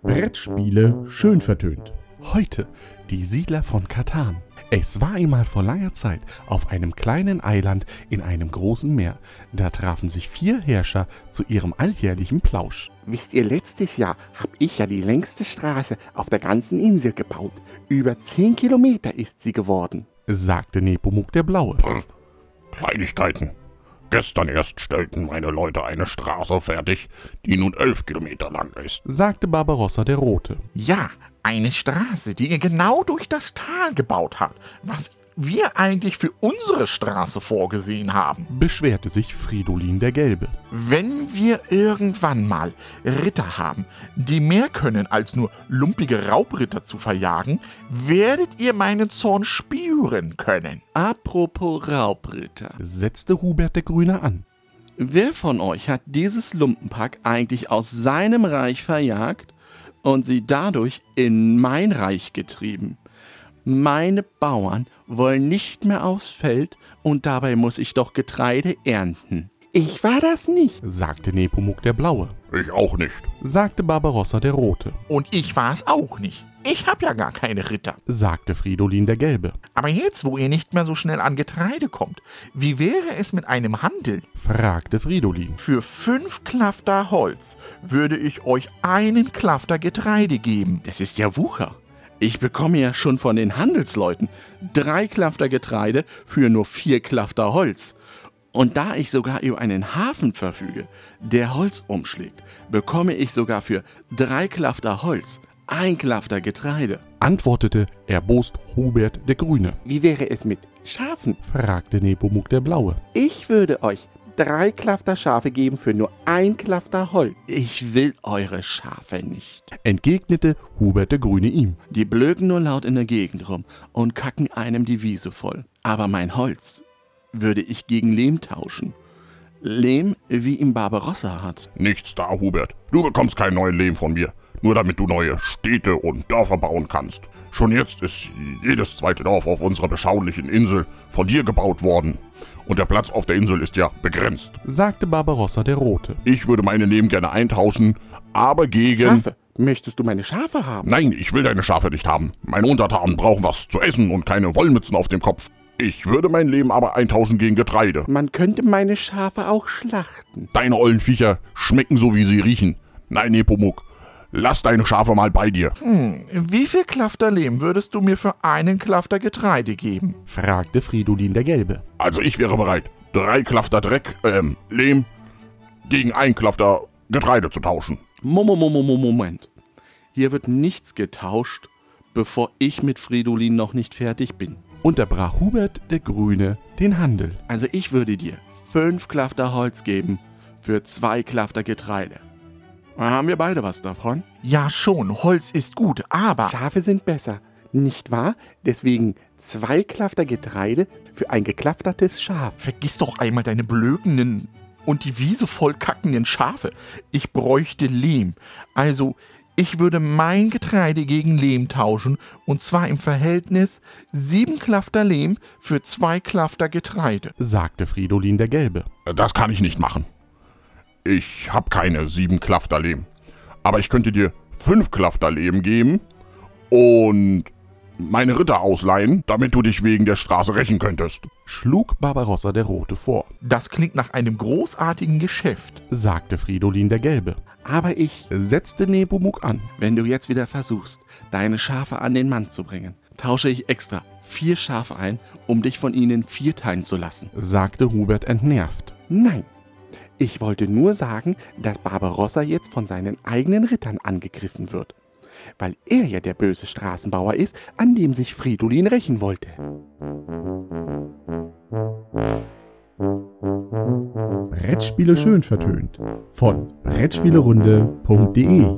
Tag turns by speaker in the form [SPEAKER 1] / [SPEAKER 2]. [SPEAKER 1] Brettspiele schön vertönt.
[SPEAKER 2] Heute die Siedler von Katan. Es war einmal vor langer Zeit auf einem kleinen Eiland in einem großen Meer. Da trafen sich vier Herrscher zu ihrem alljährlichen Plausch.
[SPEAKER 3] Wisst ihr, letztes Jahr habe ich ja die längste Straße auf der ganzen Insel gebaut. Über 10 Kilometer ist sie geworden.
[SPEAKER 2] sagte Nepomuk der Blaue.
[SPEAKER 4] Kleinigkeiten. Gestern erst stellten meine Leute eine Straße fertig, die nun elf Kilometer lang ist.
[SPEAKER 2] sagte Barbarossa der Rote.
[SPEAKER 3] Ja, eine Straße, die ihr genau durch das Tal gebaut habt. Was wir eigentlich für unsere Straße vorgesehen haben.
[SPEAKER 2] beschwerte sich Fridolin der Gelbe.
[SPEAKER 3] Wenn wir irgendwann mal Ritter haben, die mehr können als nur lumpige Raubritter zu verjagen, werdet ihr meinen Zorn spüren können.
[SPEAKER 5] Apropos Raubritter.
[SPEAKER 2] setzte Hubert der Grüne an.
[SPEAKER 5] Wer von euch hat dieses Lumpenpack eigentlich aus seinem Reich verjagt und sie dadurch in mein Reich getrieben? Meine Bauern wollen nicht mehr aufs Feld und dabei muss ich doch Getreide ernten.
[SPEAKER 3] Ich war das nicht.
[SPEAKER 2] sagte Nepomuk der Blaue.
[SPEAKER 4] Ich auch nicht.
[SPEAKER 2] sagte Barbarossa der Rote.
[SPEAKER 3] Und ich war es auch nicht. Ich hab ja gar keine Ritter.
[SPEAKER 2] sagte Fridolin der Gelbe.
[SPEAKER 3] Aber jetzt, wo ihr nicht mehr so schnell an Getreide kommt, wie wäre es mit einem Handel?
[SPEAKER 2] fragte Fridolin.
[SPEAKER 3] Für fünf Klafter Holz würde ich euch einen Klafter Getreide geben.
[SPEAKER 5] Das ist ja Wucher. Ich bekomme ja schon von den Handelsleuten drei Klafter Getreide für nur vier Klafter Holz. Und da ich sogar über einen Hafen verfüge, der Holz umschlägt, bekomme ich sogar für drei Klafter Holz ein Klafter Getreide.
[SPEAKER 2] antwortete erbost Hubert der Grüne.
[SPEAKER 3] Wie wäre es mit Schafen?
[SPEAKER 2] fragte Nepomuk der Blaue.
[SPEAKER 3] Ich würde euch drei Klafter Schafe geben für nur ein Klafter Holz.
[SPEAKER 5] Ich will eure Schafe nicht.
[SPEAKER 2] entgegnete Hubert der Grüne ihm.
[SPEAKER 5] Die blöken nur laut in der Gegend rum und kacken einem die Wiese voll. Aber mein Holz würde ich gegen Lehm tauschen. Lehm, wie ihn Barbarossa hat.
[SPEAKER 4] Nichts da, Hubert. Du bekommst kein neues Leben von mir. Nur damit du neue Städte und Dörfer bauen kannst. Schon jetzt ist jedes zweite Dorf auf unserer beschaulichen Insel von dir gebaut worden. Und der Platz auf der Insel ist ja begrenzt.
[SPEAKER 2] sagte Barbarossa der Rote.
[SPEAKER 4] Ich würde meine Leben gerne eintauschen, aber gegen...
[SPEAKER 3] Schafe.
[SPEAKER 2] Hm?
[SPEAKER 3] Möchtest du meine Schafe haben?
[SPEAKER 4] Nein, ich will deine Schafe nicht haben. Meine Untertanen brauchen was zu essen und keine Wollmützen auf dem Kopf. Ich würde mein Leben aber eintauschen gegen Getreide.
[SPEAKER 3] Man könnte meine Schafe auch schlachten.
[SPEAKER 4] Deine ollen Viecher schmecken so, wie sie riechen. Nein, Nepomuk, lass deine Schafe mal bei dir.
[SPEAKER 3] Hm, Wie viel Klafter Lehm würdest du mir für einen Klafter Getreide geben?
[SPEAKER 2] fragte Fridolin der Gelbe.
[SPEAKER 4] Also ich wäre bereit, drei Klafter Dreck, ähm, Lehm gegen ein Klafter Getreide zu tauschen.
[SPEAKER 5] Momo, Momo, Momo, Moment. Hier wird nichts getauscht, bevor ich mit Fridolin noch nicht fertig bin.
[SPEAKER 2] Unterbrach Hubert der Grüne den Handel.
[SPEAKER 5] Also ich würde dir fünf Klafter Holz geben für zwei Klafter Getreide. Da haben wir beide was davon.
[SPEAKER 3] Ja schon, Holz ist gut, aber...
[SPEAKER 6] Schafe sind besser, nicht wahr? Deswegen zwei Klafter Getreide für ein geklaftertes Schaf.
[SPEAKER 3] Vergiss doch einmal deine blökenden und die Wiese voll kackenden Schafe. Ich bräuchte Lehm. Also, ich würde mein Getreide gegen Lehm tauschen und zwar im Verhältnis sieben Klafter Lehm für zwei Klafter Getreide.
[SPEAKER 2] sagte Fridolin der Gelbe.
[SPEAKER 4] Äh, Das kann ich nicht machen. Ich hab keine sieben Klafter Lehm. Aber ich könnte dir fünf Klafter Lehm geben und meine Ritter ausleihen, damit du dich wegen der Straße rächen könntest.
[SPEAKER 2] Schlug Barbarossa der Rote vor,
[SPEAKER 3] Das klingt nach einem großartigen Geschäft.
[SPEAKER 2] sagte Fridolin der Gelbe.
[SPEAKER 6] Aber ich,
[SPEAKER 2] Setzte Nepomuk an,
[SPEAKER 5] Wenn du jetzt wieder versuchst, deine Schafe an den Mann zu bringen, tausche ich extra vier Schafe ein, um dich von ihnen vierteilen zu lassen.
[SPEAKER 2] sagte Hubert entnervt.
[SPEAKER 6] nein. Ich wollte nur sagen, dass Barbarossa jetzt von seinen eigenen Rittern angegriffen wird. Weil er ja der böse Straßenbauer ist, an dem sich Fridolin rächen wollte.
[SPEAKER 1] Brettspiele schön vertönt von Brettspielerunde.de